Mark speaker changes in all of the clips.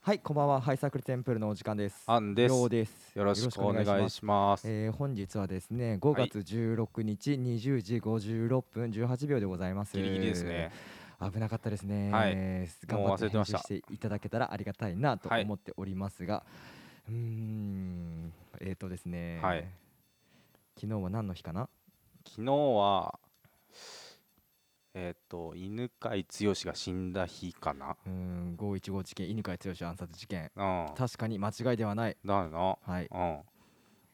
Speaker 1: はい、こんばんは。ハイサークルテンプルのお時間です。
Speaker 2: アンです。
Speaker 1: よう
Speaker 2: よ
Speaker 1: です。
Speaker 2: ろしくお願い
Speaker 1: す。
Speaker 2: します。
Speaker 1: えー本日はですね、5
Speaker 2: はい
Speaker 1: 月16日20時56分18秒でございます。
Speaker 2: ギリギリですね。。
Speaker 1: 危なかったですね。
Speaker 2: はい
Speaker 1: 頑張
Speaker 2: もう
Speaker 1: っ
Speaker 2: 忘
Speaker 1: て
Speaker 2: れて
Speaker 1: 編
Speaker 2: まし
Speaker 1: 集
Speaker 2: た
Speaker 1: していただけたらありがたいなと
Speaker 2: はい
Speaker 1: 思っておりますが、うーん、えっ、とですね、
Speaker 2: はい
Speaker 1: 昨日は何の日かな？
Speaker 2: 昨日は、えっ、と、犬飼剛が死んだ日かな。
Speaker 1: うーん、515事件、犬飼剛暗殺事件。
Speaker 2: うん。
Speaker 1: 確かに間違いではない。
Speaker 2: だよな。
Speaker 1: はい。
Speaker 2: うん。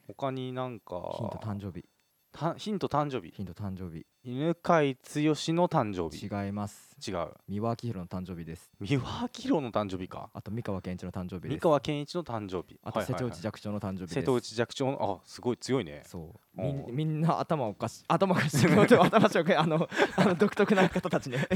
Speaker 2: 他になんか、
Speaker 1: ヒント誕生日、
Speaker 2: たヒント誕生日。
Speaker 1: ヒント誕生日。
Speaker 2: 犬飼剛の誕生日。
Speaker 1: 違います。
Speaker 2: 違う。
Speaker 1: 三輪明宏の誕生日です。
Speaker 2: 三輪明宏の誕生日か。
Speaker 1: あと三河健一の誕生日で
Speaker 2: 三
Speaker 1: す。
Speaker 2: 河健一の誕生日。
Speaker 1: あと瀬戸内
Speaker 2: はいはいはい
Speaker 1: 寂聴の誕生日です。
Speaker 2: 瀬戸内寂聴の、あ、すごい強いね。
Speaker 1: そう
Speaker 2: お
Speaker 1: み
Speaker 2: うん
Speaker 1: みんな頭おかしい 頭おかしい頭おかしいあ のあの独特な方たちね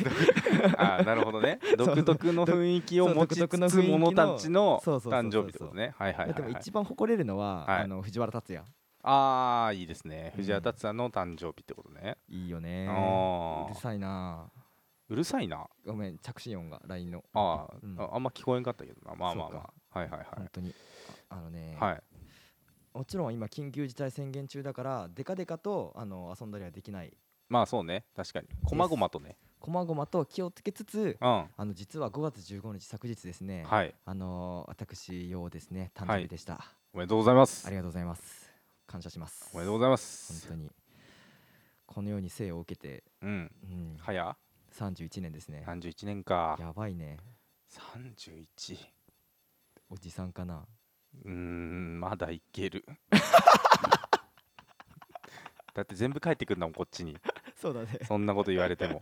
Speaker 2: あーなるほどね
Speaker 1: そう
Speaker 2: 独特の雰囲気を
Speaker 1: そう
Speaker 2: 持ち
Speaker 1: 独特の
Speaker 2: つ
Speaker 1: 雰
Speaker 2: つ
Speaker 1: 囲気の
Speaker 2: 者たちの
Speaker 1: そうそうそうそう
Speaker 2: 誕生日ってことねはいは い
Speaker 1: で
Speaker 2: は
Speaker 1: も
Speaker 2: い、はい、
Speaker 1: 一番誇れるのは、
Speaker 2: はい
Speaker 1: あの藤原竜也
Speaker 2: ああいいですね
Speaker 1: うん
Speaker 2: 藤原竜也の誕生日ってことね、
Speaker 1: いいよね
Speaker 2: あ
Speaker 1: うる
Speaker 2: ー
Speaker 1: さいな
Speaker 2: うるさいな
Speaker 1: ごめん着信音が LINE の
Speaker 2: あー、
Speaker 1: うん
Speaker 2: ああんま聞こえんかったけどなまあまあ
Speaker 1: そう
Speaker 2: まあはいはい
Speaker 1: 本当にああのね、
Speaker 2: はい、はい、
Speaker 1: もちろん今緊急事態宣言中だからデカデカとあの遊んだりはできない
Speaker 2: まあそうね確かにこまごまとね
Speaker 1: こまごまと気をつけつつ
Speaker 2: うんは
Speaker 1: あの実は5月15日昨日ですね、
Speaker 2: い
Speaker 1: あの私ようですね誕生日でした、
Speaker 2: おめでとうございます
Speaker 1: ありがとうございます。感謝します。
Speaker 2: おめでとうご
Speaker 1: ざい
Speaker 2: ざいま
Speaker 1: 本
Speaker 2: す
Speaker 1: 当に。このように生を受けて、
Speaker 2: うん
Speaker 1: うん、
Speaker 2: 早
Speaker 1: 31年ですね。
Speaker 2: 31年か
Speaker 1: やばいね。
Speaker 2: 31
Speaker 1: おじさんかな。
Speaker 2: うーんまだい けるだって全部帰ってくるんだもんこっちに
Speaker 1: そうだね。
Speaker 2: そんなこと言わ れても。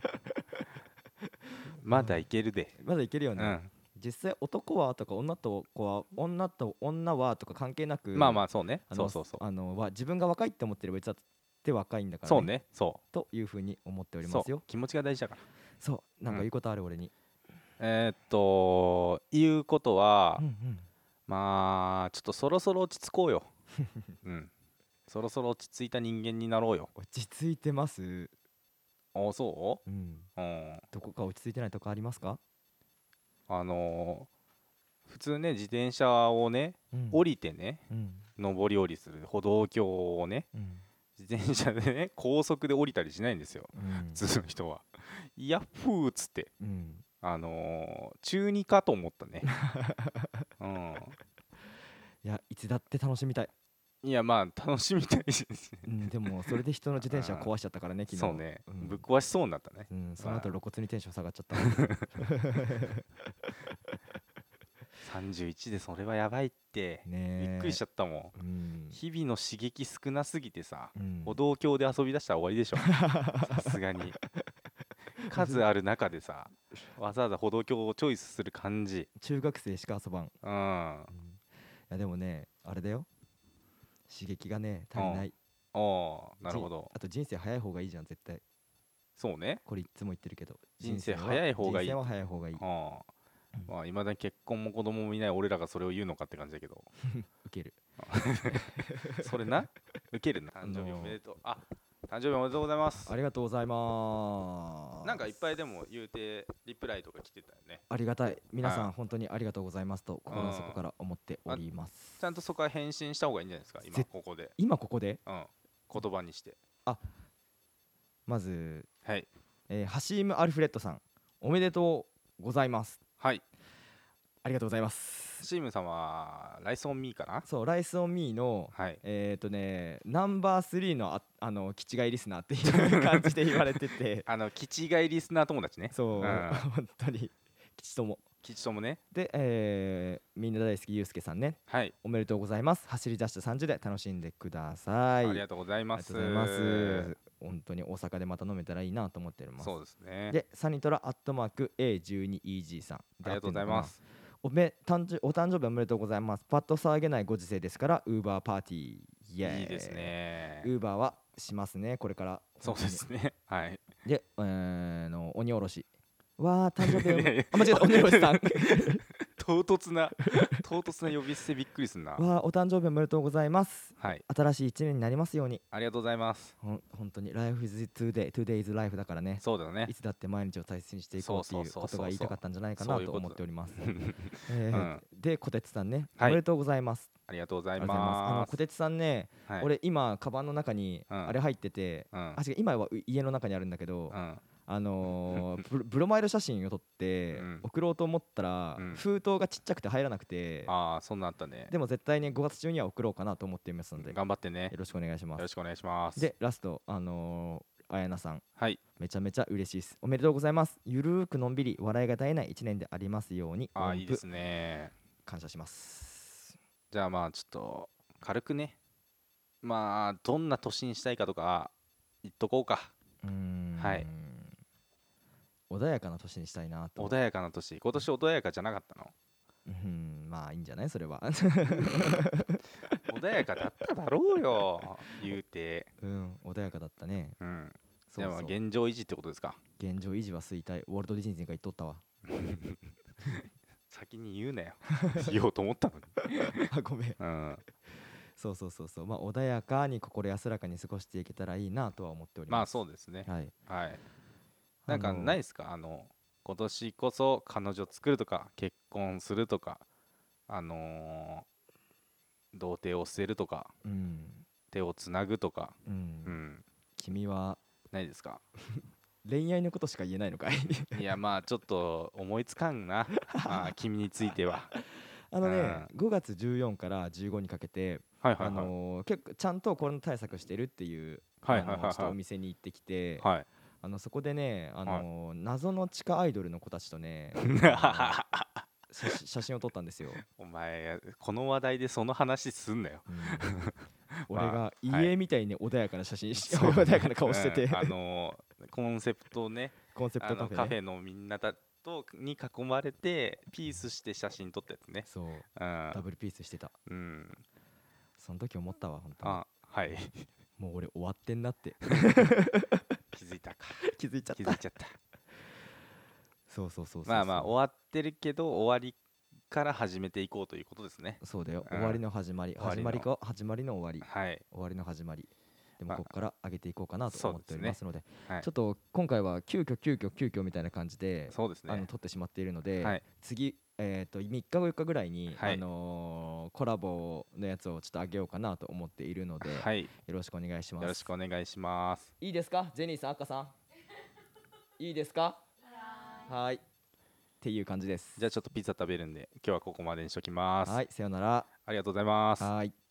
Speaker 2: まだいけるで。
Speaker 1: まだいけるよ
Speaker 2: う
Speaker 1: ね。
Speaker 2: ん。
Speaker 1: 実際男はとか女と子は女と女はとか関係なく、
Speaker 2: まあまあ、そうね。
Speaker 1: あ
Speaker 2: そ
Speaker 1: の
Speaker 2: うそうそう。
Speaker 1: あのは自分が若いって思ってれば別だって若いんだから、
Speaker 2: そうね。そ
Speaker 1: というふうに思っており
Speaker 2: う。
Speaker 1: ま
Speaker 2: そ
Speaker 1: す
Speaker 2: う
Speaker 1: よ。。
Speaker 2: 気持ちが大事だから。
Speaker 1: そう。なんか
Speaker 2: うん
Speaker 1: 言うことある俺に。
Speaker 2: えーっと、いうことは
Speaker 1: うん、うん
Speaker 2: まあ、ちょっとそろそろ落ち着こ うよ。うん。そろそろ落ち着いた人間になろうよ。
Speaker 1: 落ち着いてます。
Speaker 2: あそ
Speaker 1: うん。
Speaker 2: ううん。
Speaker 1: どこか落ち着いてないとこありますか？
Speaker 2: あのー普通ね、自転車をね、
Speaker 1: うん
Speaker 2: 降りてね、
Speaker 1: うん。
Speaker 2: 上り下りする歩道橋をね、
Speaker 1: うん。
Speaker 2: 自転車でね、 高速で降りたりしないんですよ。
Speaker 1: うん
Speaker 2: 普通の人は。ヤッフーっつって、
Speaker 1: うん。
Speaker 2: あのー中二かと思った ね。う
Speaker 1: いやいつだって楽しみたい、
Speaker 2: ん、いや、まあ、楽しみたいし、
Speaker 1: うん、でもそれで人の自転車
Speaker 2: あー
Speaker 1: 壊しちゃったからね昨日
Speaker 2: そうね、
Speaker 1: うん
Speaker 2: ぶっ壊しそうになったね。
Speaker 1: うん、その後
Speaker 2: あー
Speaker 1: 露骨にテンション下がっちゃ った
Speaker 2: 31でそれはやばいって、
Speaker 1: ねえ
Speaker 2: びっくりしちゃったもん。
Speaker 1: うん、
Speaker 2: 日々の刺激少なすぎてさ、
Speaker 1: うん
Speaker 2: 歩道橋で遊び出したら終わりでしょ、さすがに。 数ある中でさ、わざわざ歩道橋をチョイスする感じ。
Speaker 1: 中学生しか遊ばん、
Speaker 2: うん
Speaker 1: う。ん、いやでもねあれだよ刺激がね足りない
Speaker 2: おーなるほど
Speaker 1: じ。あと人生早い方がいいじゃん絶対
Speaker 2: そうね。
Speaker 1: これいつも言ってるけど
Speaker 2: 人生
Speaker 1: は
Speaker 2: 早い方がいい
Speaker 1: 人生は早い方がいい
Speaker 2: ああまあいまだに結婚も子供もいない俺らがそれを言うのかって感じだ けど
Speaker 1: 受ける
Speaker 2: それなウケるな
Speaker 1: あ
Speaker 2: 誕
Speaker 1: のー
Speaker 2: 生日おめでとうあ誕生日おめでとうございます
Speaker 1: ありがとうございます
Speaker 2: なんかいっぱいでも言うてリプライとか来てたよね
Speaker 1: ありがたい皆さ
Speaker 2: うんん
Speaker 1: 本当にありがとうございますと心の底から思っております
Speaker 2: ちゃんとそこは返信した方がいいんじゃないですか今
Speaker 1: ぜ
Speaker 2: ここで
Speaker 1: 今ここで
Speaker 2: うん言葉にして
Speaker 1: まず、
Speaker 2: はい
Speaker 1: えーハシーム・アルフレッドさんおめでとうございます
Speaker 2: はい
Speaker 1: ありがとうございます
Speaker 2: チームさんはライスオンミーかな
Speaker 1: そう「ライス・オン・ミーの」
Speaker 2: はい
Speaker 1: えっ、とねナンバー3のああの気違いリスナーっていう感じで言われて て
Speaker 2: あの基地外リスナー友達ね
Speaker 1: そう、
Speaker 2: ん
Speaker 1: 本当に吉友
Speaker 2: 基地ともね
Speaker 1: で、えーみんな大好きゆうすけさんね
Speaker 2: はい
Speaker 1: おめでとうございます走り出した30で楽しんでください
Speaker 2: ありがとうござい
Speaker 1: あ
Speaker 2: ま
Speaker 1: りが
Speaker 2: す
Speaker 1: とうございます本当に大阪でまた飲めたらいいなと思っております
Speaker 2: そうですね
Speaker 1: でサニトラアットマーク A12EG さん
Speaker 2: ありがとうございま
Speaker 1: ですおめ誕生お誕生日おめでとうございます。パッと騒げないご時世ですから、ウーバーパーティー。イエーイ
Speaker 2: いいです。ね
Speaker 1: ウーバーはしますね、これから。
Speaker 2: そうですね。 はい。
Speaker 1: 本当に。で、えー、の鬼おろし。わあ、誕生日おめ
Speaker 2: いやいや
Speaker 1: あ、間違えた、鬼おろしさん。
Speaker 2: 唐突な 唐突な呼び捨てびっくりす んな
Speaker 1: わあお誕生日おめでとうございます
Speaker 2: はい
Speaker 1: 新しい1年になりますように
Speaker 2: ありがとうございます
Speaker 1: ほん本当に Life is today today is life だからね
Speaker 2: そうだよね
Speaker 1: いつだって毎日を大切にしていこうっていう
Speaker 2: そうそう
Speaker 1: こ
Speaker 2: そうそう
Speaker 1: とが言いたかったんじゃないかな
Speaker 2: そういう
Speaker 1: と
Speaker 2: こと
Speaker 1: 思っておりますえーで小鉄さんねお
Speaker 2: はい
Speaker 1: めでとうございます
Speaker 2: ありがとうござ
Speaker 1: あり
Speaker 2: い
Speaker 1: がとうございますあの
Speaker 2: ま
Speaker 1: 小
Speaker 2: す
Speaker 1: 鉄さんね
Speaker 2: はい
Speaker 1: 俺今カバンの中に
Speaker 2: うん
Speaker 1: あれ入ってて
Speaker 2: うん
Speaker 1: あ違う今はう家の中にあるんだけど
Speaker 2: うん
Speaker 1: あのーブロブロマイド写真を撮って
Speaker 2: うん
Speaker 1: 送ろうと思ったら
Speaker 2: うん
Speaker 1: 封筒がちっちゃくて入らなくて
Speaker 2: ああそんなんあったね
Speaker 1: でも絶対に5月中には送ろうかなと思っていますのでよ
Speaker 2: 頑張ってねよ
Speaker 1: ろしくお願いしま
Speaker 2: ろ
Speaker 1: す
Speaker 2: しくお願いします
Speaker 1: でラストあのー、あやなさん
Speaker 2: はい
Speaker 1: めちゃめちゃ嬉しいですおめでとうございますゆるーくのんびり笑いが絶えない一年でありますように
Speaker 2: あ
Speaker 1: 音
Speaker 2: あ
Speaker 1: 符
Speaker 2: いいですね
Speaker 1: 感謝します
Speaker 2: じゃあまあちょっと軽くねまあどんな年にしたいかとか言っとこうか
Speaker 1: うーん
Speaker 2: はい
Speaker 1: 穏やかな年にしたいなと
Speaker 2: 穏やかな年今年穏やかじゃなかっ たの
Speaker 1: うんまあいいんじゃないそれは
Speaker 2: 穏やかだっただろうよ言うて
Speaker 1: うん穏やかだったね
Speaker 2: うん
Speaker 1: そう
Speaker 2: じゃあ
Speaker 1: そ
Speaker 2: まあ
Speaker 1: う
Speaker 2: 現状維持ってことですか
Speaker 1: 現状維持は衰退ウォルト・ディズニーが言っとったわ
Speaker 2: 先に言うな よ言おうと思ったのに
Speaker 1: あごめん
Speaker 2: うん
Speaker 1: そうそうそうそうまあ穏やかに心安らかに過ごしていけたらいいなとは思っており
Speaker 2: ま
Speaker 1: ま
Speaker 2: あ
Speaker 1: す
Speaker 2: そうですね
Speaker 1: はい
Speaker 2: はいな
Speaker 1: あ
Speaker 2: んか
Speaker 1: の
Speaker 2: ないですかあの今年こそ彼女作るとか結婚するとかあのー童貞を捨てるとか
Speaker 1: うん
Speaker 2: 手をつなぐとか
Speaker 1: うん、
Speaker 2: うん
Speaker 1: 君は
Speaker 2: ないですか
Speaker 1: 恋愛のことしか言えないのかい
Speaker 2: いやまあちょっと思いつかん なあー君については
Speaker 1: あのね、5月14から15にかけて、
Speaker 2: はいはい
Speaker 1: あ
Speaker 2: はい
Speaker 1: のー結構ちゃんとコロナ対策してるっていう、
Speaker 2: はいはいはい
Speaker 1: あのーちょっと
Speaker 2: はい
Speaker 1: お店に行ってきて、
Speaker 2: はい
Speaker 1: あのそこでね、あのー謎の地下アイドルの子たちと ねあのー写写真を撮ったんですよ、
Speaker 2: お前この話題でその話すんなよ
Speaker 1: うん俺が
Speaker 2: まあはい
Speaker 1: 家みたいに穏やかな写 真し、穏やかな顔してて、
Speaker 2: うんあのーコンセプトをね
Speaker 1: コンセプ
Speaker 2: あ
Speaker 1: ト
Speaker 2: の
Speaker 1: カフェ,、ね、
Speaker 2: カフェのみんなだとに囲まれてピースして写真撮ったやつね
Speaker 1: そう
Speaker 2: うん
Speaker 1: ダブルピースしてた
Speaker 2: うん
Speaker 1: その時思ったわ本当に
Speaker 2: あはい
Speaker 1: もう俺終わってんなって
Speaker 2: 気づいたか
Speaker 1: 気づいちゃっ
Speaker 2: 気
Speaker 1: た
Speaker 2: づいちゃ った
Speaker 1: そうそうそうそうそう
Speaker 2: まあまあ終わってるけど終わりから始めていこうということですね
Speaker 1: そうだよ、
Speaker 2: うん
Speaker 1: 終わりの始まり
Speaker 2: 終わ
Speaker 1: 始
Speaker 2: り
Speaker 1: ま
Speaker 2: の
Speaker 1: りか始まりの終わり
Speaker 2: はい
Speaker 1: 終わりの始まりでも
Speaker 2: まあ
Speaker 1: ここから上げていこうかなと
Speaker 2: そう
Speaker 1: 思っ
Speaker 2: で
Speaker 1: て
Speaker 2: す
Speaker 1: お
Speaker 2: ね
Speaker 1: りますので
Speaker 2: はい
Speaker 1: ちょっと今回は急遽急遽急遽みたいな感じで、
Speaker 2: そうです
Speaker 1: あの
Speaker 2: ね
Speaker 1: 撮ってしまっているので、
Speaker 2: はい
Speaker 1: 次、えー、と3日後4日ぐらいに、
Speaker 2: はい
Speaker 1: あのーコラボのやつをちょっと上げようかなと思っているので、
Speaker 2: はいよ
Speaker 1: よろしくお願いします
Speaker 2: ろしくお願いします
Speaker 1: いいですかジェニーさん赤さんいいですかはーいっていう感じです
Speaker 2: じゃあちょっとピザ食べるんで今日はここまでにしときます
Speaker 1: はいさようなら
Speaker 2: ありがとうございます
Speaker 1: はーい